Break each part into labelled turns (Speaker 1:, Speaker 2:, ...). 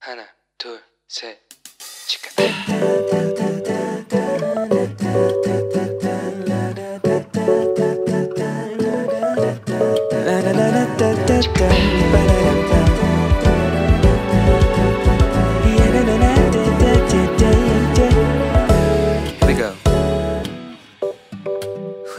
Speaker 1: 하나 둘셋 치카 Here we go.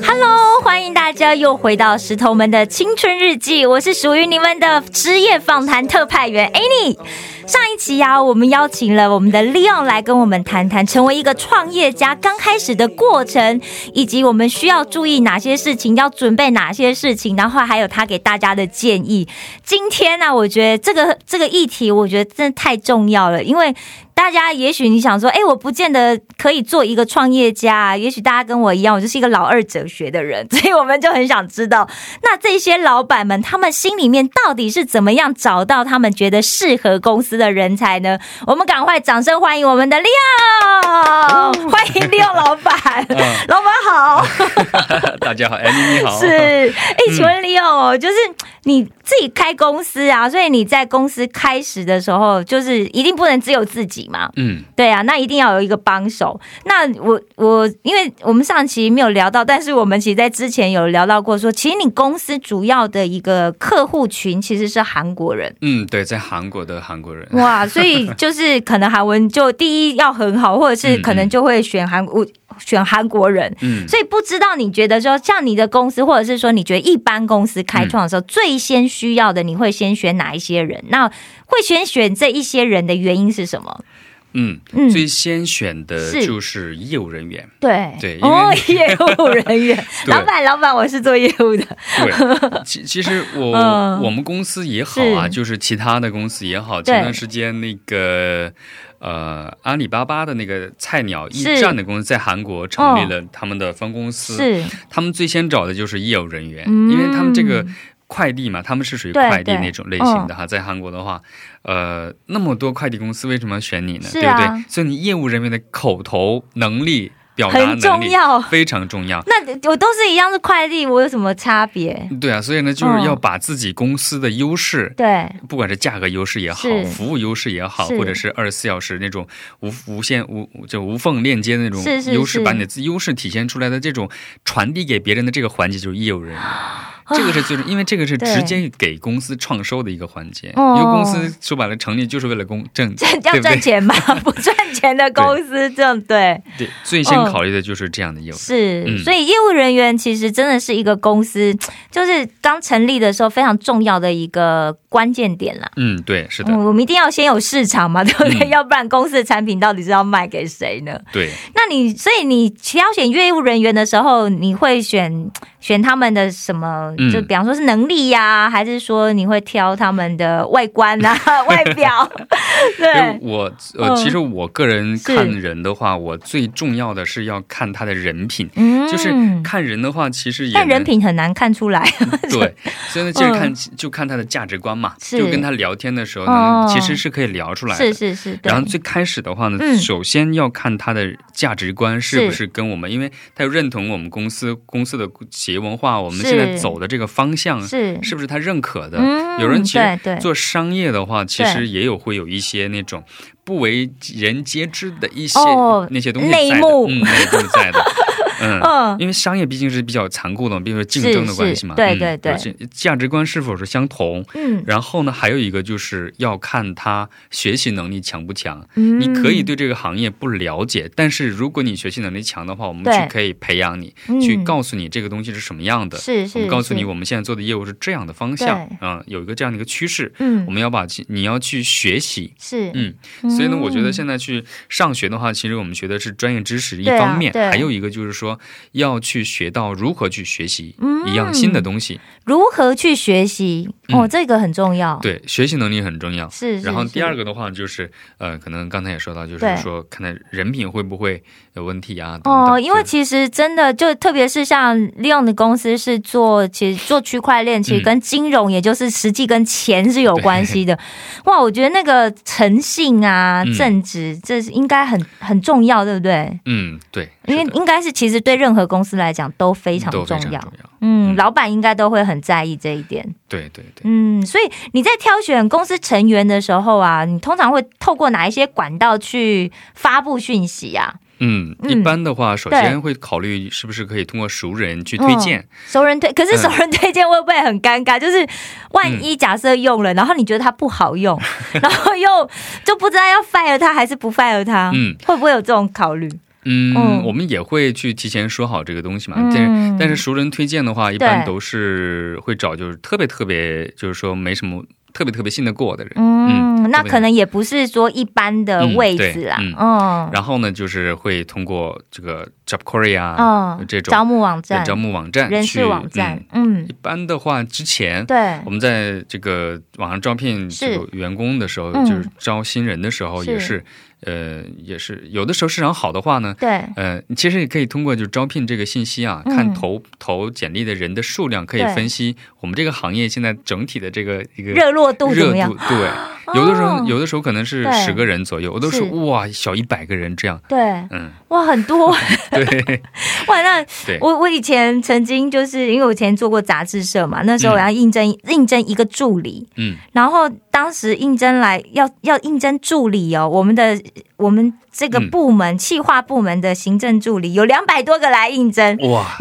Speaker 2: Hello，欢迎大家又回到石头们的青春日记，我是属于你们的职业访谈特派员 Annie。上一期呀、我们邀请了我们的 Leon 来跟我们谈谈成为一个创业家刚开始的过程，以及我们需要注意哪些事情，要准备哪些事情，然后还有他给大家的建议。今天呢、啊我觉得这个这个议题，我觉得真的太重要了，因为大家也许你想说，哎，我不见得可以做一个创业家啊，也许大家跟我一样，我就是一个老二哲学的人，所以我们就很想知道，那这些老板们他们心里面到底是怎么样找到他们觉得适合公司的人才呢？我们赶快掌声欢迎我们的 Leo，欢迎 Leo 老板，老板好。
Speaker 3: 嗯大家好， 安妮你好。嗯
Speaker 2: 是，哎、请问 Leo，、就是你自己开公司啊，所以你在公司开始的时候，就是一定不能只有自己嘛，
Speaker 3: 嗯，
Speaker 2: 对啊，那一定要有一个帮手。那我我，因为我们上期没有聊到，但是我们其实在之前有聊到过说其实你公司主要的一个客户群其实是韩国人。
Speaker 3: 嗯，对，在韩国的韩国人，
Speaker 2: 哇，所以就是可能韩文就第一要很好，或者是
Speaker 3: 嗯嗯
Speaker 2: 可能就会选韩我选韩国人，
Speaker 3: 嗯，
Speaker 2: 所以不知道你觉得说，像你的公司，或者是说你觉得一般公司开创的时候，最先需要的，你会先选哪一些人？那会先选这一些人的原因是什么？
Speaker 3: 嗯，
Speaker 2: 嗯，
Speaker 3: 最先选的
Speaker 2: 是
Speaker 3: 就是业务人员。
Speaker 2: 对
Speaker 3: 对因为
Speaker 2: 哦， 业务人员，
Speaker 3: 对
Speaker 2: 老板，老板，我是做业务的，
Speaker 3: 对，其其实我、
Speaker 2: 嗯
Speaker 3: 我们公司也好啊，
Speaker 2: 是
Speaker 3: 就是其他的公司也好，
Speaker 2: 对
Speaker 3: 前段时间那个呃阿里巴巴的那个菜鸟驿
Speaker 2: 是哦
Speaker 3: 站的公司在韩国成立了他们的分公司，
Speaker 2: 是
Speaker 3: 他们最先找的就是业务人员，
Speaker 2: 嗯
Speaker 3: 因为他们这个快递嘛，他们是属于
Speaker 2: 对
Speaker 3: 快递
Speaker 2: 对
Speaker 3: 那种类型的哈。在韩国的话，呃，那么多快递公司为什么要选你呢？
Speaker 2: 是
Speaker 3: 对不
Speaker 2: 啊
Speaker 3: 对？所以你业务人员的口头能力、表达
Speaker 2: 很
Speaker 3: 能
Speaker 2: 重
Speaker 3: 力
Speaker 2: 要。
Speaker 3: 非常重要。
Speaker 2: 那我都是一样是快递，我有什么差别？
Speaker 3: 对啊，所以呢，就是
Speaker 2: 嗯
Speaker 3: 要把自己公司的优势。
Speaker 2: 对，
Speaker 3: 不管是价格优势也好
Speaker 2: 是，
Speaker 3: 服务优势也好，
Speaker 2: 是
Speaker 3: 或者是二十四小时那种无无限无就无缝链接的那种
Speaker 2: 是是
Speaker 3: 优
Speaker 2: 是
Speaker 3: 势，把你的自优势体现出来的这种传递给别人的这个环节，就是业务人员。这个是最重，因为这个是
Speaker 2: 啊对
Speaker 3: 直接给公司创收的一个环节，
Speaker 2: 哦
Speaker 3: 因为公司说白了成立就是为了公挣，
Speaker 2: 这
Speaker 3: 对
Speaker 2: 要
Speaker 3: 不
Speaker 2: 赚
Speaker 3: 对？
Speaker 2: 钱吗？不赚钱的公司，这样对。
Speaker 3: 对，最先考虑的就是这样的业务。
Speaker 2: 是，
Speaker 3: 嗯
Speaker 2: 所以业务人员其实真的是一个公司，就是刚成立的时候非常重要的一个关键点啦。
Speaker 3: 嗯，对，是的，
Speaker 2: 嗯，我们一定要先有市场嘛，对 不对？
Speaker 3: 嗯
Speaker 2: 要不然公司的产品到底是要卖给谁呢？
Speaker 3: 对，
Speaker 2: 那你所以你挑选业务人员的时候，你会选选他们的什么？
Speaker 3: 嗯
Speaker 2: 就比方说是能力呀、还是说你会挑他们的外观 啊、外表？
Speaker 3: 因
Speaker 2: 对，
Speaker 3: 为我呃，
Speaker 2: 嗯
Speaker 3: 其实我个人
Speaker 2: 是
Speaker 3: 看人的话，我最重要的是要看他的人品，
Speaker 2: 嗯
Speaker 3: 就是看人的话，其实也
Speaker 2: 但人
Speaker 3: 能
Speaker 2: 品很难看出来。
Speaker 3: 对，所以呢，就是看、就看他的价值观嘛，
Speaker 2: 嗯是
Speaker 3: 就跟他聊天的时候呢，
Speaker 2: 哦
Speaker 3: 其实是可以聊出来的。
Speaker 2: 是是是，对
Speaker 3: 然后最开始的话呢，
Speaker 2: 嗯
Speaker 3: 首先要看他的价值观是不
Speaker 2: 是
Speaker 3: 是跟我们，因为他要认同我们公司公司的企业文化，我们
Speaker 2: 是
Speaker 3: 现在走的这个方向
Speaker 2: 是
Speaker 3: 是不是他认可的？
Speaker 2: 嗯
Speaker 3: 有人其实
Speaker 2: 对对
Speaker 3: 做商业的话，其实也有会有一些那种不为人皆知的一些、
Speaker 2: 哦
Speaker 3: 那些东西在
Speaker 2: 内
Speaker 3: 的，
Speaker 2: 幕
Speaker 3: 嗯，内幕在的， 嗯。
Speaker 2: 嗯，
Speaker 3: 因为商业毕竟是比较残酷的，比如说竞争的关系嘛，
Speaker 2: 是是
Speaker 3: 嗯
Speaker 2: 对对对
Speaker 3: 而且价值观是否是相同，
Speaker 2: 嗯
Speaker 3: 然后呢，还有一个就是要看他学习能力强不强。
Speaker 2: 嗯
Speaker 3: 你可以对这个行业不了解，但是如果你学习能力强的话，我们
Speaker 2: 对
Speaker 3: 去可以培养你，
Speaker 2: 嗯
Speaker 3: 去告诉你这个东西是什么样的。
Speaker 2: 是
Speaker 3: 我
Speaker 2: 嗯是
Speaker 3: 们告诉你，
Speaker 2: 是
Speaker 3: 我们现在做的业务是这样的方向
Speaker 2: 对，
Speaker 3: 嗯，有一个这样的一个趋势，我
Speaker 2: 嗯
Speaker 3: 们要把其你要去学习，
Speaker 2: 是
Speaker 3: 嗯，所以呢，我觉得
Speaker 2: 在
Speaker 3: 现在去上学的话，其实我们学的是专业知识一
Speaker 2: 对啊
Speaker 3: 方面，
Speaker 2: 对
Speaker 3: 还有一个就是说要去学到如何去学习
Speaker 2: 嗯
Speaker 3: 一样新的东西。
Speaker 2: 如何去学习哦，
Speaker 3: 嗯
Speaker 2: 这个很重要。，
Speaker 3: 对，学习能力很重要。
Speaker 2: 是。
Speaker 3: 然后第二
Speaker 2: 个
Speaker 3: 个的话就是，呃，可能刚才也说到，就
Speaker 2: 对
Speaker 3: 是说看看人品会不会有问题啊，等等。
Speaker 2: 哦，因为
Speaker 3: 对
Speaker 2: 其实真的就特别是像利用的公司是做其实做区块链，其实
Speaker 3: 嗯
Speaker 2: 跟金融，也就是实际跟钱是有关系 的。哇，我觉得那个诚信啊、
Speaker 3: 嗯
Speaker 2: 正直，这是应该很很重要，对不对？
Speaker 3: 嗯，对，
Speaker 2: 因为
Speaker 3: 是的
Speaker 2: 应该是其实对任何公司来讲都非常
Speaker 3: 都非
Speaker 2: 重
Speaker 3: 常重
Speaker 2: 要。
Speaker 3: 要。
Speaker 2: 嗯，
Speaker 3: 嗯
Speaker 2: 老板应该都会很在意这一点。
Speaker 3: 对对对，
Speaker 2: 嗯，所以你在挑选公司成员的时候啊，你通常会透过哪一些管道去发布讯息啊？
Speaker 3: 嗯，
Speaker 2: 嗯
Speaker 3: 一般的话，首
Speaker 2: 对嗯
Speaker 3: 先会考虑是不是可以通过熟人去推荐。
Speaker 2: 熟人推，可是
Speaker 3: 嗯
Speaker 2: 熟人推荐会不会很尴尬？就是万一假设用
Speaker 3: 嗯
Speaker 2: 了，然后你觉得它不好用， 然后又就不知道要 fire 它还是不 fire 它，
Speaker 3: 嗯
Speaker 2: 会不会有这种考虑？
Speaker 3: 嗯，
Speaker 2: 嗯
Speaker 3: 我们也会去提前说啊好这个东西嘛。
Speaker 2: 嗯
Speaker 3: 但是但是熟人推荐的话，一
Speaker 2: 对
Speaker 3: 般都是会找就是特别特别，就是说没什么特别特别信得过的人。
Speaker 2: 嗯，那
Speaker 3: 对不对
Speaker 2: 可能也不是说一般的
Speaker 3: 嗯
Speaker 2: 位
Speaker 3: 对
Speaker 2: 置啦，
Speaker 3: 嗯
Speaker 2: 嗯
Speaker 3: 然后呢，就是会通过这个 JobCorey 啊、
Speaker 2: 嗯，
Speaker 3: 这种
Speaker 2: 招募网站、
Speaker 3: 招募网站、
Speaker 2: 人事网站，嗯
Speaker 3: 嗯。一般的话，之前
Speaker 2: 对
Speaker 3: 我，们在这个网上招聘
Speaker 2: 是
Speaker 3: 这个员工的时候，
Speaker 2: 嗯
Speaker 3: 就是招新人的时候，
Speaker 2: 是
Speaker 3: 也是呃，也是有的时候市场好的话呢。
Speaker 2: 对，
Speaker 3: 呃，你其实也可以通过就是招聘这个信息啊，
Speaker 2: 嗯
Speaker 3: 看投投简历的人的数量，可以
Speaker 2: 对
Speaker 3: 分析我们这个行业现在整体的这个一个
Speaker 2: 热络度怎
Speaker 3: 热
Speaker 2: 么样啊
Speaker 3: 度？。对，有的时候、有的时候可能是
Speaker 2: 对
Speaker 3: 十个人左右，有的时候
Speaker 2: 是
Speaker 3: 哇小一百个人这样，
Speaker 2: 对，
Speaker 3: 嗯，
Speaker 2: 哇，很 多
Speaker 3: 对，
Speaker 2: 哇！那
Speaker 3: 对
Speaker 2: 我我以前曾经就是因为我以前做过杂志社嘛，那时候我
Speaker 3: 嗯
Speaker 2: 要应征、应征一个助理，
Speaker 3: 嗯
Speaker 2: 然后当时应征来要要应征助理哦，我们的我们这个
Speaker 3: 嗯
Speaker 2: 部门、企划部门的行政助理有两百多个来应征，
Speaker 3: 哇，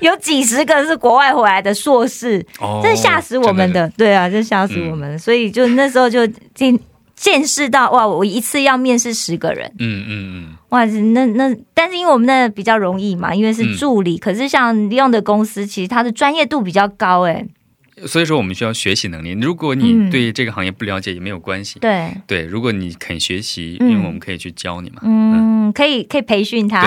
Speaker 2: 有几十个是国外回来的硕士，
Speaker 3: 哦，
Speaker 2: 这吓死我们
Speaker 3: 真的，嗯
Speaker 2: 的，对啊，这吓死我们，所以就那时候就见见识到哇，我一次要面试十个人，
Speaker 3: 嗯嗯
Speaker 2: 哇，那那但是因为我们那比较容易嘛，因为是
Speaker 3: 嗯
Speaker 2: 助理，可是像利用的公司其实它的专业度比较高，哎，
Speaker 3: 嗯，所以说我们需要学习能力。如果
Speaker 2: 嗯
Speaker 3: 你对这个行业不了解也没有关系，
Speaker 2: 对，
Speaker 3: 对，如果你肯学习，
Speaker 2: 嗯
Speaker 3: 因为我们可以去教你嘛，
Speaker 2: 嗯，可以可以培训他，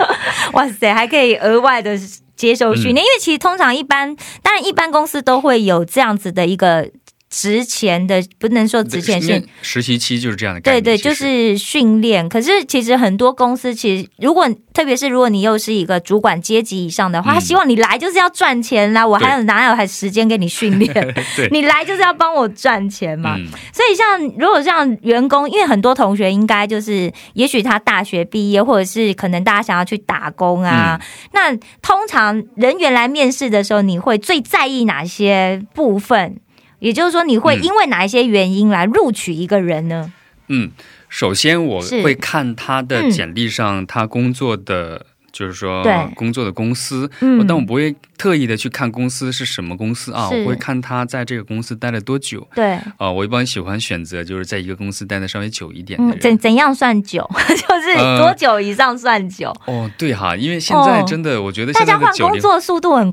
Speaker 2: 哇塞，还可以额外的。接受训练，因为其实通常一般，当然一般公司都会有这样子的一个职前的，不能说职前是
Speaker 3: 对因为实习期就是这样的
Speaker 2: 对
Speaker 3: 概念，
Speaker 2: 对，
Speaker 3: 其
Speaker 2: 就
Speaker 3: 实
Speaker 2: 是训练。可是其实很多公司，其实如果特别是如果你又是一个主管阶级以上的话，
Speaker 3: 嗯
Speaker 2: 他希望你来就是要赚钱啦，我还
Speaker 3: 对
Speaker 2: 有哪有还时间给你训 练？
Speaker 3: 对
Speaker 2: 你来就是要帮我赚钱嘛。
Speaker 3: 嗯
Speaker 2: 所以像如果像员工，因为很多同学应该就是，也许他大学毕业，或者是可能大家想要去打工啊。
Speaker 3: 嗯
Speaker 2: 那通常人员来面试的时候，你会最在意哪些部分？也就是说，你会
Speaker 3: 嗯
Speaker 2: 因为哪一些原因来录取一个人呢？
Speaker 3: 嗯，首先我
Speaker 2: 是
Speaker 3: 会看他的
Speaker 2: 嗯
Speaker 3: 简历上他工作的。就是说
Speaker 2: 对，
Speaker 3: 工作的公司，
Speaker 2: 嗯
Speaker 3: 哦但我不会特意的去看公司是什么公司啊，
Speaker 2: 是
Speaker 3: 我会看他在这个公司待了多久
Speaker 2: 对，
Speaker 3: 啊、我一般喜欢选择就是在一个公司待的稍微久一点
Speaker 2: 嗯，
Speaker 3: 的人。
Speaker 2: 怎怎样算久？ 就是
Speaker 3: 呃
Speaker 2: 多久以上算久？
Speaker 3: 哦，对哈，因为现在
Speaker 2: 哦
Speaker 3: 真的，我觉得
Speaker 2: 大
Speaker 3: 现在
Speaker 2: 家
Speaker 3: 的
Speaker 2: 换
Speaker 3: 九
Speaker 2: 工
Speaker 3: 零
Speaker 2: 作速度很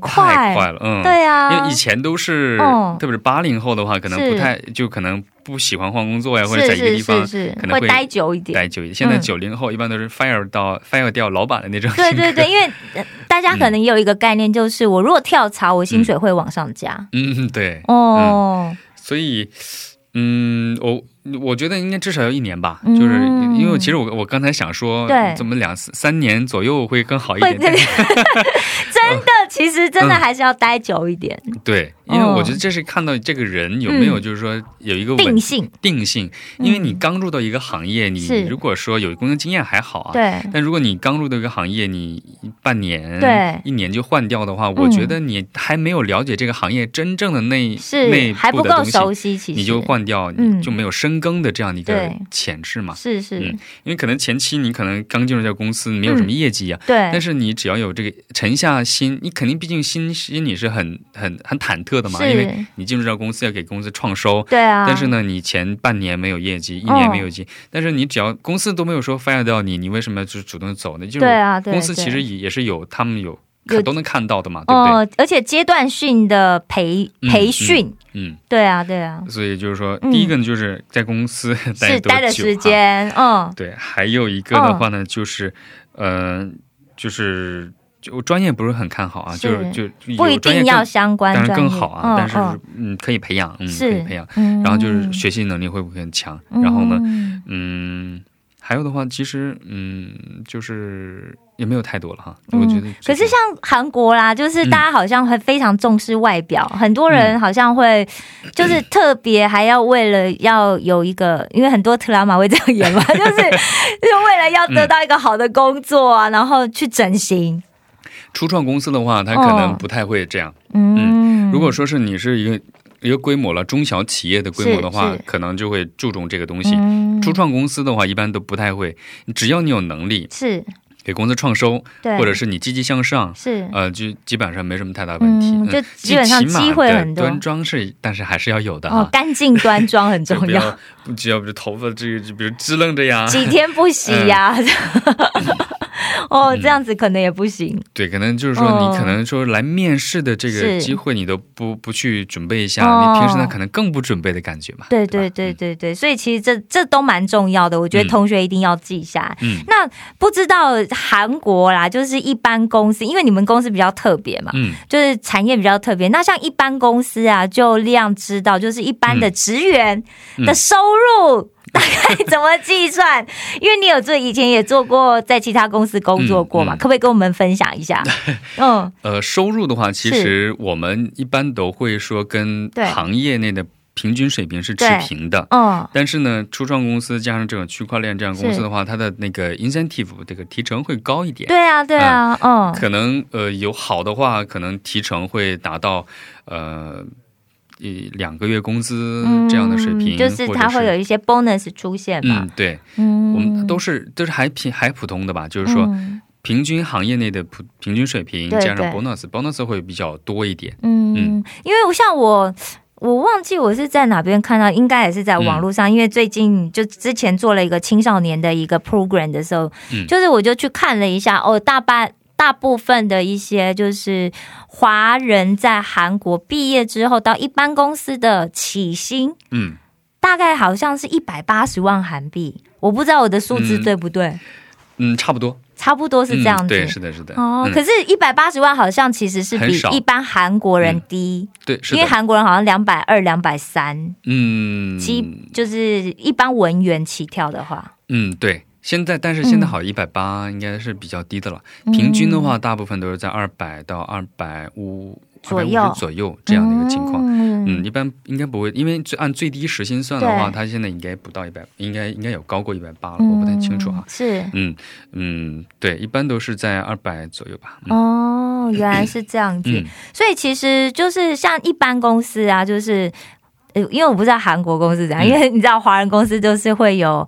Speaker 2: 快，
Speaker 3: 太快了，嗯，
Speaker 2: 对
Speaker 3: 因
Speaker 2: 啊
Speaker 3: 为以，前都是，
Speaker 2: 嗯
Speaker 3: 特别是八零后的话，可能
Speaker 2: 是
Speaker 3: 不太就可能不喜欢换工作呀，或者在
Speaker 2: 是
Speaker 3: 一个
Speaker 2: 是
Speaker 3: 地
Speaker 2: 是
Speaker 3: 方
Speaker 2: 是
Speaker 3: 可，能
Speaker 2: 会
Speaker 3: 会
Speaker 2: 待久一点。
Speaker 3: 待久一点。现在
Speaker 2: 嗯
Speaker 3: 九零后一般都是 fire 到 fire 掉老板的那种性
Speaker 2: 对
Speaker 3: 格，
Speaker 2: 对对， 因为呃大
Speaker 3: 嗯
Speaker 2: 家可能也有一个概念，就是我如果跳槽，我薪水会往上加。
Speaker 3: 嗯，对，
Speaker 2: 哦，
Speaker 3: 所以，嗯，我我觉得应该至少要一年吧，
Speaker 2: 嗯
Speaker 3: 就是因为其实我我刚才想说
Speaker 2: 对，
Speaker 3: 怎么两三年左右会更好一
Speaker 2: 会
Speaker 3: 点， 嗯
Speaker 2: 这个 真的，其实真的还是要待久一点，
Speaker 3: 对，因为
Speaker 2: 哦嗯
Speaker 3: 我觉得这是看到这个人有没有就是说有一个稳
Speaker 2: 定性。嗯
Speaker 3: 定性，因为你刚入到一个行业，
Speaker 2: 是
Speaker 3: 你如果说有工作经验还好啊。
Speaker 2: 对，
Speaker 3: 但如果你刚入到一个行业，你半年、
Speaker 2: 对嗯
Speaker 3: 一年就换掉的话，我觉得你还没有了解这个行业真正的内
Speaker 2: 是
Speaker 3: 内
Speaker 2: 还
Speaker 3: 部
Speaker 2: 不
Speaker 3: 的
Speaker 2: 够
Speaker 3: 东西，
Speaker 2: 熟悉，其实
Speaker 3: 你就换掉，
Speaker 2: 嗯
Speaker 3: 你就没有深耕的这样的一个
Speaker 2: 对
Speaker 3: 潜质嘛。
Speaker 2: 是是
Speaker 3: 嗯，因为可能前期你可能刚进入这个公司，没有什么业绩呀、
Speaker 2: 对，
Speaker 3: 但是你只要有这个沉下心，你肯定毕竟心心里是很很很忐忑的嘛，
Speaker 2: 是
Speaker 3: 因为你进入到公司要给公司创收，
Speaker 2: 对啊，
Speaker 3: 但是呢，你前半年没有业绩，一
Speaker 2: 哦
Speaker 3: 年没有业绩，但是你只要公司都没有说 fire 掉你，你为什么要就是主动走呢？就是
Speaker 2: 对啊对
Speaker 3: 公司
Speaker 2: 对
Speaker 3: 其实也也是有他们有
Speaker 2: 有
Speaker 3: 看都能看到的嘛，对不对？
Speaker 2: 哦，而且阶段性的培
Speaker 3: 嗯
Speaker 2: 培训，
Speaker 3: 嗯，
Speaker 2: 对啊对啊，
Speaker 3: 所以就是说，
Speaker 2: 嗯
Speaker 3: 第一个呢，就是在公司
Speaker 2: 是
Speaker 3: 多久、
Speaker 2: 待
Speaker 3: 啊，
Speaker 2: 的时间，哦嗯，
Speaker 3: 对，还有一个的话呢，就是，呃，就是就专业不是很看好啊，
Speaker 2: 是
Speaker 3: 就是就有
Speaker 2: 不一
Speaker 3: 专
Speaker 2: 定
Speaker 3: 业更
Speaker 2: 要相关
Speaker 3: 当
Speaker 2: 专
Speaker 3: 然
Speaker 2: 业，
Speaker 3: 更好啊，但
Speaker 2: 嗯
Speaker 3: 是嗯，可以培养，
Speaker 2: 嗯
Speaker 3: 嗯，可以
Speaker 2: 是
Speaker 3: 培养，，
Speaker 2: 嗯
Speaker 3: 然后就是学习能力会不会很强？然后呢，
Speaker 2: 呢，
Speaker 3: 嗯，还有的话，其实嗯，就是也没有太多了哈。
Speaker 2: 嗯
Speaker 3: 我觉得
Speaker 2: 可
Speaker 3: 这种，
Speaker 2: 是像韩国啦，就是
Speaker 3: 嗯
Speaker 2: 大家好像会非常重视外表，很多人好像 会就是特别还要为了要有一个，因为很多特拉玛会这样演 嘛，就是就为了要得到一个好的工作啊，然后去整形。
Speaker 3: 初创公司的话，它可
Speaker 2: 哦
Speaker 3: 能不太会这样。
Speaker 2: 嗯，
Speaker 3: 如果说是你是一个一个规模了，中小企业的规模的话
Speaker 2: 是是，
Speaker 3: 可能就会注重这个东西。
Speaker 2: 嗯
Speaker 3: 初创公司的话，一般都不太会。只要你有能力
Speaker 2: 是
Speaker 3: 给公司创收，
Speaker 2: 对，
Speaker 3: 或者是你积极向上，
Speaker 2: 是
Speaker 3: 呃，就基本上没什么太大问题。
Speaker 2: 嗯，就基本上
Speaker 3: 最起码
Speaker 2: 机会很
Speaker 3: 对
Speaker 2: 多
Speaker 3: 端庄是，但是还是要有的
Speaker 2: 哦
Speaker 3: 哈，。
Speaker 2: 干净端庄很
Speaker 3: 啊就
Speaker 2: 重
Speaker 3: 不
Speaker 2: 要，
Speaker 3: 要，啊不只要不是头发这个，比如支棱着呀，
Speaker 2: 几天不洗呀、
Speaker 3: 嗯
Speaker 2: 哦，这样子可能也不行，
Speaker 3: 对，可能就是说
Speaker 2: 嗯
Speaker 3: 你可能说来面试的这
Speaker 2: 是
Speaker 3: 个机会，你都不不去准备一下，
Speaker 2: 哦
Speaker 3: 你平时呢可能更不准备的感觉嘛。
Speaker 2: 对
Speaker 3: 吧
Speaker 2: 对对，对对，所以其实这这都蛮重要的，我觉得
Speaker 3: 嗯
Speaker 2: 同学一定要记下来。
Speaker 3: 嗯
Speaker 2: 那不知道韩国啦，就是一般公司，因为你们公司比较特别嘛，
Speaker 3: 嗯，
Speaker 2: 就是产业比较特别。那像一般公司啊，就量知道，就是一般
Speaker 3: 嗯
Speaker 2: 的职员的收入。大概怎么计 算？因为你有做，以前也做过，在其他公司工作过嘛，
Speaker 3: 嗯嗯
Speaker 2: 可不可以跟我们分享一 下？嗯，
Speaker 3: 呃，收入的话，其实我们一般都会说跟
Speaker 2: 对
Speaker 3: 行业内的平均水平是持
Speaker 2: 对
Speaker 3: 平的。
Speaker 2: 嗯，
Speaker 3: 但是呢，初创公司加上这种区块链这样公司的话，它的那个 incentive 这个提成会高一点。
Speaker 2: 对啊，对啊，嗯，
Speaker 3: 可能呃有好的话，可能提成会达到呃一两个月工资这样的水
Speaker 2: 嗯
Speaker 3: 平，
Speaker 2: 就是它
Speaker 3: 或
Speaker 2: 会
Speaker 3: 者
Speaker 2: 有一些 bonus 出现嘛
Speaker 3: 嗯，，对，
Speaker 2: 嗯，
Speaker 3: 我们都是都是还平还普通的吧，就是说
Speaker 2: 嗯，
Speaker 3: 平均行业内的普平均水平
Speaker 2: 对
Speaker 3: 加上
Speaker 2: 对
Speaker 3: bonus，bonus 会比较多一点。
Speaker 2: 嗯，因为我像我。我忘记我是在哪边看到，应该也是在网络上、因为最近就之前做了一个青少年的一个 program 的时候，
Speaker 3: 嗯
Speaker 2: 就是我就去看了一下，哦，大半大部分的一些就是华人在韩国毕业之后到一般公司的起薪，
Speaker 3: 嗯，
Speaker 2: 大概好像是一百八十万韩币，我不知道我的数字
Speaker 3: 嗯
Speaker 2: 对不对，
Speaker 3: 嗯，差不多
Speaker 2: 差不多是这样
Speaker 3: 嗯
Speaker 2: 子。
Speaker 3: 对，是的，是的。
Speaker 2: 哦，
Speaker 3: 嗯
Speaker 2: 可是，一百八十万好像其实是
Speaker 3: 很
Speaker 2: 比
Speaker 3: 少嗯
Speaker 2: 一般韩国人低，
Speaker 3: 对，是
Speaker 2: 因为
Speaker 3: 的，
Speaker 2: 韩国人好像两百二、两百三，
Speaker 3: 嗯，
Speaker 2: 基就是一般文员起跳的话，
Speaker 3: 嗯，对。现在，但是现在好，一百八应该是比较低的了。
Speaker 2: 嗯
Speaker 3: 平均的话，大部分都是在二百到二百五、
Speaker 2: 左
Speaker 3: 二百
Speaker 2: 右
Speaker 3: 五十左右这样的一个情况。
Speaker 2: 嗯
Speaker 3: 嗯，一般应该不会，因为最按最低时薪算的话，
Speaker 2: 对
Speaker 3: 它现在应该不到一百，应该应该有高过一百八
Speaker 2: 嗯
Speaker 3: 了，我不太清楚啊。
Speaker 2: 是。
Speaker 3: 嗯嗯，对，一般都是在二百左右吧。嗯
Speaker 2: 哦，原来是这样子，
Speaker 3: 嗯
Speaker 2: 所以其实就是像一般公司啊，就是，呃，因为我不知道韩国公司怎样，
Speaker 3: 嗯
Speaker 2: 因为你知道华人公司就是会有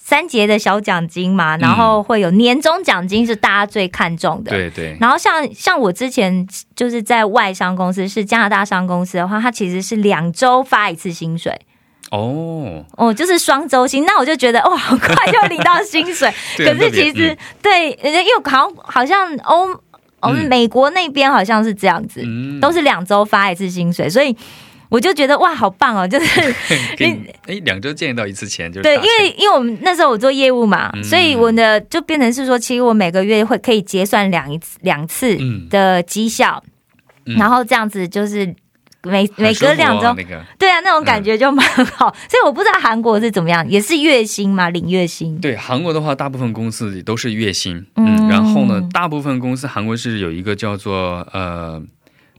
Speaker 2: 三节的小奖金嘛，
Speaker 3: 嗯
Speaker 2: 然后会有年终奖金是大家最看重的，
Speaker 3: 对对，
Speaker 2: 然后像像我之前就是在外商公司，是加拿大商公司的话，它其实是两周发一次薪水，
Speaker 3: 哦，
Speaker 2: 哦，就是双周薪。那我就觉得哇，好 快就领到薪水。
Speaker 3: 对
Speaker 2: 可
Speaker 3: 很特
Speaker 2: 是
Speaker 3: 别
Speaker 2: 其实、对，因为好像好像欧哦、
Speaker 3: 嗯
Speaker 2: 美国那边好像是这样子，
Speaker 3: 嗯，
Speaker 2: 都是两周发一次薪水，所以我就觉得哇，好棒哦，就是。
Speaker 3: 给你哎，两周见到一次钱就是
Speaker 2: 对，因
Speaker 3: 大钱
Speaker 2: 为因为我们那时候我做业务嘛，
Speaker 3: 嗯
Speaker 2: 所以我的就变成是说，其实我每个月会可以结算两一次两次
Speaker 3: 嗯
Speaker 2: 的绩效，
Speaker 3: 嗯
Speaker 2: 然后这样子就是每每
Speaker 3: 很舒服
Speaker 2: 隔
Speaker 3: 哦
Speaker 2: 两周，
Speaker 3: 那个
Speaker 2: 对啊，那种感觉
Speaker 3: 嗯
Speaker 2: 就蛮好。 所以我不知道韩国是怎么样，也是月薪嘛，领月薪。
Speaker 3: 对韩国的话，大部分公司也都是月薪，
Speaker 2: 嗯
Speaker 3: 嗯，然后呢，大部分公司韩国是有一个叫做呃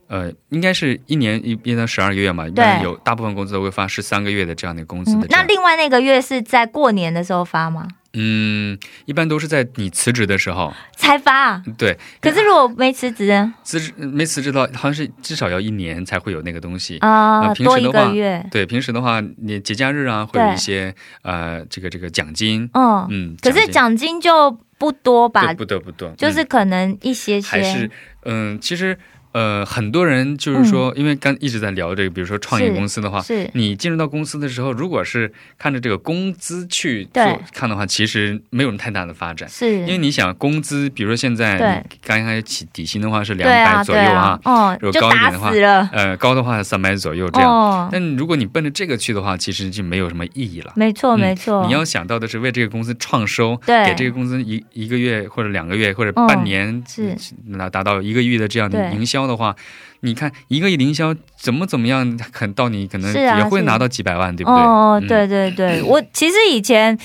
Speaker 3: 呃，应该是一年一一到十二个月嘛，一般有大部分公司都会发十三个月的这样的工资
Speaker 2: 嗯
Speaker 3: 的这
Speaker 2: 那
Speaker 3: 样。
Speaker 2: 另外那个月是在过年的时候发吗？
Speaker 3: 嗯，一般都是在你辞职的时候，
Speaker 2: 才发、啊。
Speaker 3: 对，
Speaker 2: 可是如果没辞职呢
Speaker 3: 辞职没辞职到好像是至少要一年才会有那个东西。
Speaker 2: 啊，
Speaker 3: 啊平时的
Speaker 2: 多
Speaker 3: 话
Speaker 2: 一个月，
Speaker 3: 对，平时的话，你节假日啊，会
Speaker 2: 对
Speaker 3: 有一些呃，这个这个奖金，
Speaker 2: 嗯，
Speaker 3: 嗯，
Speaker 2: 可是
Speaker 3: 金
Speaker 2: 奖金就不多吧
Speaker 3: 对，不得不得，
Speaker 2: 就
Speaker 3: 嗯
Speaker 2: 是可能一些
Speaker 3: 还是
Speaker 2: 些，
Speaker 3: 嗯，其实呃，很多人就是说，因为刚一直在聊这个，比如说创业
Speaker 2: 嗯是
Speaker 3: 公司的话，
Speaker 2: 是
Speaker 3: 你进入到公司的时候，如果是看着这个工资去
Speaker 2: 对
Speaker 3: 做看的话，其实没有什么太大的发展。因为
Speaker 2: 是，
Speaker 3: 你想工资，比如说现在
Speaker 2: 对
Speaker 3: 你刚开始起底薪的话是两
Speaker 2: 对啊，
Speaker 3: 百左
Speaker 2: 对
Speaker 3: 右
Speaker 2: 啊，哦
Speaker 3: 如，
Speaker 2: 就
Speaker 3: 果高一
Speaker 2: 打
Speaker 3: 点的话
Speaker 2: 死了，
Speaker 3: 呃，高的话三百左右这样。
Speaker 2: 哦，
Speaker 3: 但如果你奔着这个去的话，其实就没有什么意义了。
Speaker 2: 没错
Speaker 3: 嗯
Speaker 2: 没错，
Speaker 3: 你要想到的是为这个公司创收，
Speaker 2: 对
Speaker 3: 给这个公司一一个月或者两个月或者
Speaker 2: 嗯
Speaker 3: 半年，
Speaker 2: 是
Speaker 3: 达达到一个亿的这样
Speaker 2: 对
Speaker 3: 的营销的话，你看一个亿的营销怎么怎么样，肯到你可能
Speaker 2: 是啊
Speaker 3: 也会
Speaker 2: 是
Speaker 3: 拿到几百万，对不对？
Speaker 2: 哦，
Speaker 3: 嗯
Speaker 2: 对对对，我其实以前。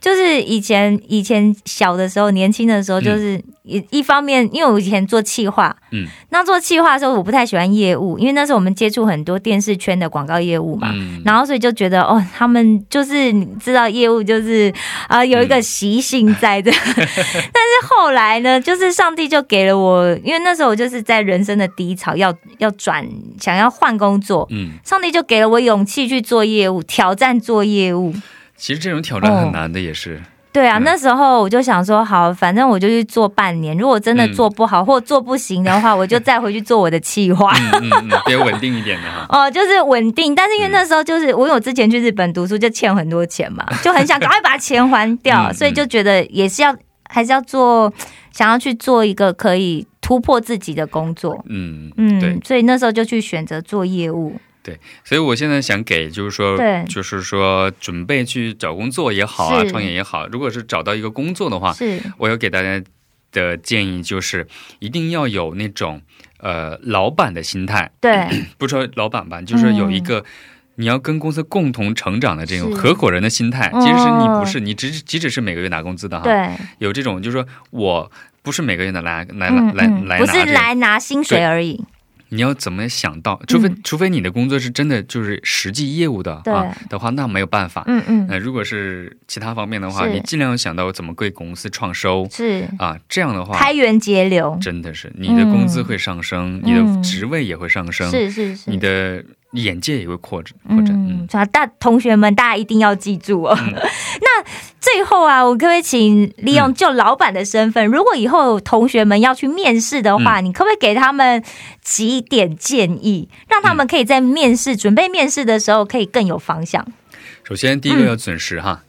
Speaker 2: 就是以前以前小的时候，年轻的时候，就是一、一方面，因为我以前做企划，
Speaker 3: 嗯，
Speaker 2: 那做企划的时候，我不太喜欢业务，因为那时候我们接触很多电视圈的广告业务嘛，
Speaker 3: 嗯，
Speaker 2: 然后所以就觉得哦，他们就是你知道业务就是啊、呃有一个习性在 的，但是后来呢，就是上帝就给了我，因为那时候我就是在人生的低潮，要要转想要换工作，
Speaker 3: 嗯，
Speaker 2: 上帝就给了我勇气去做业务，挑战做业务。
Speaker 3: 其实这种挑战很难的，也是，
Speaker 2: 对啊，
Speaker 3: 嗯
Speaker 2: 那时候我就想说，好，反正我就去做半年，如果真的
Speaker 3: 嗯
Speaker 2: 做不好、或做不行的话，我就再回去做我的企划。
Speaker 3: 嗯嗯，嗯，得稳定一点的 哈。
Speaker 2: 哦，就是稳定，但是因为那时候就是我有之前去日本读书就欠很多钱嘛，就很想赶快把钱还掉，
Speaker 3: 嗯
Speaker 2: 所以就觉得也是要还是要做，想要去做一个可以突破自己的工作。
Speaker 3: 嗯，对
Speaker 2: 嗯，，所以那时候就去选择做业务。
Speaker 3: 所以我现在想给，就是说
Speaker 2: 对，
Speaker 3: 就是说，准备去找工作也好啊，
Speaker 2: 是
Speaker 3: 创业也好，如果是找到一个工作的话，
Speaker 2: 是，
Speaker 3: 我有给大家的建议就是，一定要有那种呃老板的心态，
Speaker 2: 对，
Speaker 3: 不说老板吧，就是有一个。你要跟公司共同成长的这种
Speaker 2: 嗯是
Speaker 3: 合伙人的心态，
Speaker 2: 哦
Speaker 3: 即使你不是，你只即使是每个月拿工资的哈，
Speaker 2: 对，
Speaker 3: 有这种就是说我不是每个月拿来来
Speaker 2: 嗯
Speaker 3: 来
Speaker 2: 嗯，
Speaker 3: 来
Speaker 2: 不
Speaker 3: 拿
Speaker 2: 是
Speaker 3: 这个，
Speaker 2: 来拿薪水
Speaker 3: 对
Speaker 2: 而已。
Speaker 3: 你要怎么想到？除非除非你的工作是真的就是实际业务的
Speaker 2: 嗯对
Speaker 3: 啊的话，那没有办法。
Speaker 2: 嗯嗯，
Speaker 3: 那如果是其他方面的话，
Speaker 2: 是
Speaker 3: 你尽量想到怎么为公司创收
Speaker 2: 是
Speaker 3: 啊，这样的话
Speaker 2: 开源节流，
Speaker 3: 真的是你的工资会上升，你的职位也会上升，
Speaker 2: 嗯是是是，
Speaker 3: 你的眼界也会扩展扩展。
Speaker 2: 嗯，
Speaker 3: 嗯
Speaker 2: 所以大同学们，大家一定要记住哦。 那最后啊，我可不可以请利用
Speaker 3: 嗯
Speaker 2: 就老板的身份，如果以后同学们要去面试的话，
Speaker 3: 嗯
Speaker 2: 你可不可以给他们几点建议，让他们可以在面试、准备面试的时候可以更有方向？
Speaker 3: 首先第一个要准时哈，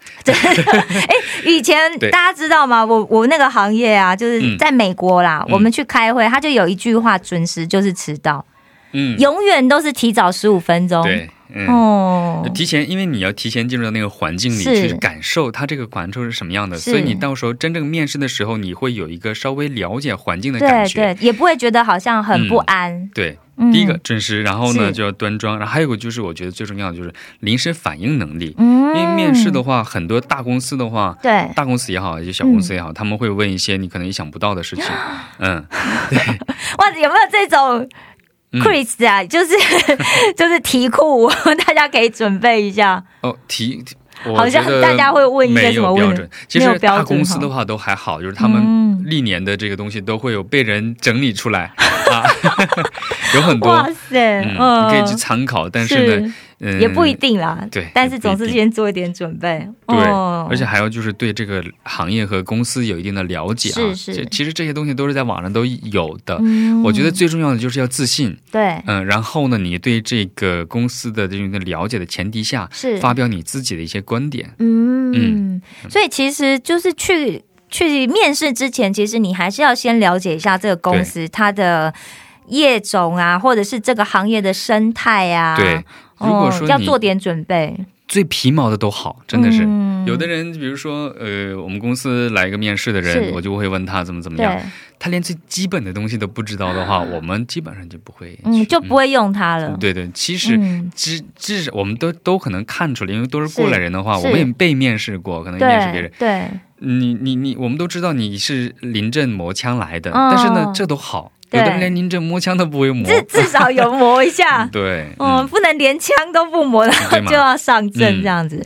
Speaker 2: 以前
Speaker 3: 对
Speaker 2: 大家知道吗？我我那个行业啊，就是
Speaker 3: 嗯
Speaker 2: 在美国啦，
Speaker 3: 嗯
Speaker 2: 我们去开会，他就有一句话：准时就是迟到，
Speaker 3: 嗯，
Speaker 2: 永远都是提早十五分钟。
Speaker 3: 对，嗯。
Speaker 2: 哦，
Speaker 3: 提前，因为你要提前进入到那个环境里
Speaker 2: 是
Speaker 3: 去感受它这个感受是什么样的，
Speaker 2: 是
Speaker 3: 所以你到时候真正面试的时候，你会有一个稍微了解环境的感
Speaker 2: 对
Speaker 3: 觉。
Speaker 2: 对，也不会觉得好像很不
Speaker 3: 嗯
Speaker 2: 安。
Speaker 3: 对
Speaker 2: 嗯
Speaker 3: 第一个准时，然后呢
Speaker 2: 是
Speaker 3: 就要端庄，然后还有一个就是我觉得最重要的就是临时反应能力，
Speaker 2: 嗯
Speaker 3: 因为面试的话，很多大公司的话，
Speaker 2: 对，
Speaker 3: 大公司也好，一些小公司
Speaker 2: 嗯
Speaker 3: 也好，他们会问一些你可能意想不到的事情。嗯，
Speaker 2: 哇，有没有这种
Speaker 3: 嗯
Speaker 2: Chris 啊？就是 就是题库， 大家可以准备一下。
Speaker 3: 哦，提，提我
Speaker 2: 好像
Speaker 3: 觉得
Speaker 2: 大家会问一些
Speaker 3: 没
Speaker 2: 什么
Speaker 3: 有
Speaker 2: 问题
Speaker 3: 标准。其
Speaker 2: 没有
Speaker 3: 实
Speaker 2: 标
Speaker 3: 大
Speaker 2: 准
Speaker 3: 公司
Speaker 2: 哈
Speaker 3: 的话都还好，就是他们
Speaker 2: 嗯
Speaker 3: 历年的这个东西都会有被人整理出来 啊， 有很
Speaker 2: 哇
Speaker 3: 多。
Speaker 2: 塞，
Speaker 3: 嗯，
Speaker 2: 嗯，
Speaker 3: 你可以去参考，但是呢，嗯，
Speaker 2: 也不一。定啦。
Speaker 3: 对
Speaker 2: 但
Speaker 3: 也
Speaker 2: 是
Speaker 3: 不一
Speaker 2: 总是
Speaker 3: 定
Speaker 2: 先做一点准备。
Speaker 3: 对，
Speaker 2: 哦
Speaker 3: 而且还要就是对这个行业和公司有一定的了解啊。
Speaker 2: 是是
Speaker 3: 这其实这些东西都是在网上都有的。
Speaker 2: 嗯
Speaker 3: 我觉得最重要的就是要自信。
Speaker 2: 对，
Speaker 3: 嗯，然后呢，你对这个公司的这种的了解的前提下，
Speaker 2: 是
Speaker 3: 发表你自己的一些观点。
Speaker 2: 嗯，所以其实就是去去面试之前，其实你还是要先了解一下这个公司它的业种啊，或者是这个行业的生态啊。
Speaker 3: 对，
Speaker 2: 哦，
Speaker 3: 如果说
Speaker 2: 要
Speaker 3: 你
Speaker 2: 做点准备，
Speaker 3: 最皮毛的都好，真的是。
Speaker 2: 嗯
Speaker 3: 有的人，比如说，呃，我们公司来一个面试的人
Speaker 2: 是，
Speaker 3: 我就会问他怎么怎么样
Speaker 2: 对。，
Speaker 3: 他连最基本的东西都不知道的话，我们基本上就不会去。
Speaker 2: 嗯，就不会用它了。
Speaker 3: 嗯对对，其实
Speaker 2: 嗯
Speaker 3: 至至少我们都都可能看出来，因为都是
Speaker 2: 是
Speaker 3: 过来人的话，
Speaker 2: 是
Speaker 3: 我们也被面试过，可能面试别人
Speaker 2: 对。对
Speaker 3: 你你你，我们都知道你是临阵磨枪来的，
Speaker 2: 嗯
Speaker 3: 但是呢，这都好，
Speaker 2: 对
Speaker 3: 有的人连临阵磨枪都不会磨。，
Speaker 2: 至至少有磨一下
Speaker 3: 对，
Speaker 2: 嗯，
Speaker 3: 嗯，
Speaker 2: 不能连枪都不磨，然后
Speaker 3: 对嘛
Speaker 2: 就要上阵这样子。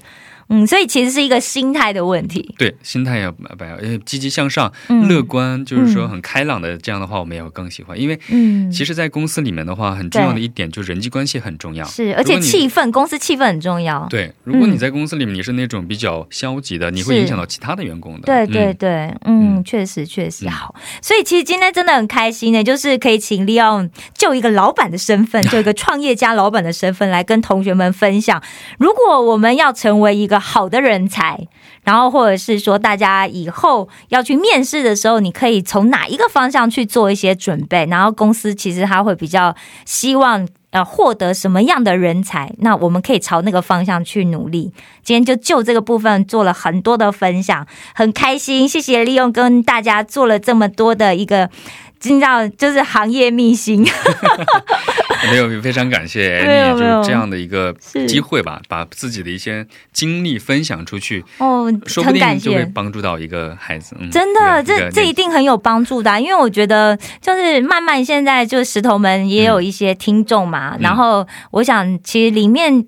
Speaker 2: 嗯，所以其实是一个心态的问题。
Speaker 3: 对，心态要摆摆，要积极向上、
Speaker 2: 嗯
Speaker 3: 乐观，就是说很开朗的，这样的话我们也会更喜欢。因为
Speaker 2: 嗯，
Speaker 3: 其实，在公司里面的话，很重要的一点就是人际关系很重要。
Speaker 2: 是，而且
Speaker 3: 如果你
Speaker 2: 气氛，公司气氛很重要。
Speaker 3: 对，如果
Speaker 2: 嗯
Speaker 3: 你在公司里面你是那种比较消极的，你会
Speaker 2: 是
Speaker 3: 影响到其他的员工的。
Speaker 2: 对对
Speaker 3: 嗯，
Speaker 2: 对，嗯，
Speaker 3: 嗯
Speaker 2: 确实确实
Speaker 3: 嗯
Speaker 2: 好，所以其实今天真的很开心呢，就是可以请利用就一个老板的身 份，就一个创业家老板的身份来跟同学们分享，如果我们要成为一个好的人才，然后或者是说大家以后要去面试的时候，你可以从哪一个方向去做一些准备，然后公司其实他会比较希望。呃，获得什么样的人才，那我们可以朝那个方向去努力。今天就就这个部分做了很多的分享，很开心，谢谢利用跟大家做了这么多的一个知道就是行业秘 辛，
Speaker 3: 没有，非常感谢
Speaker 2: 没有
Speaker 3: Annie 就
Speaker 2: 没有
Speaker 3: 是这样的一个
Speaker 2: 是
Speaker 3: 机会吧，把自己的一些经历分享出去，
Speaker 2: 哦，
Speaker 3: 说不
Speaker 2: 很感
Speaker 3: 定就会
Speaker 2: 谢。
Speaker 3: 帮助到一个孩子。嗯、
Speaker 2: 真的，
Speaker 3: 一个一
Speaker 2: 这
Speaker 3: 个
Speaker 2: 这一
Speaker 3: 年
Speaker 2: 定很有帮助的啊、因为我觉得就是慢慢现在就是石头们也有一些听众嘛，
Speaker 3: 嗯
Speaker 2: 然后我想其实里面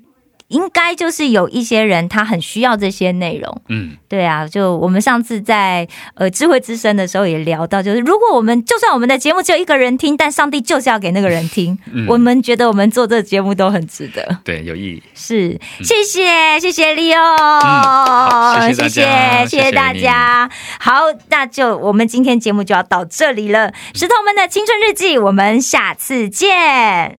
Speaker 2: 应该就是有一些人他很需要这些内容，
Speaker 3: 嗯，
Speaker 2: 对啊，就我们上次在呃智慧之声的时候也聊到，就是如果我们就算我们的节目只有一个人听，但上帝就是要给那个人听。
Speaker 3: 嗯
Speaker 2: 我们觉得我们做这个节目都很值得，
Speaker 3: 对有意义。
Speaker 2: 是谢谢谢谢 Leo，、
Speaker 3: 嗯好谢谢大家
Speaker 2: 谢谢
Speaker 3: 谢谢
Speaker 2: 大家。好，那就我们今天节目就要到这里了，石头们的青春日记，我们下次见。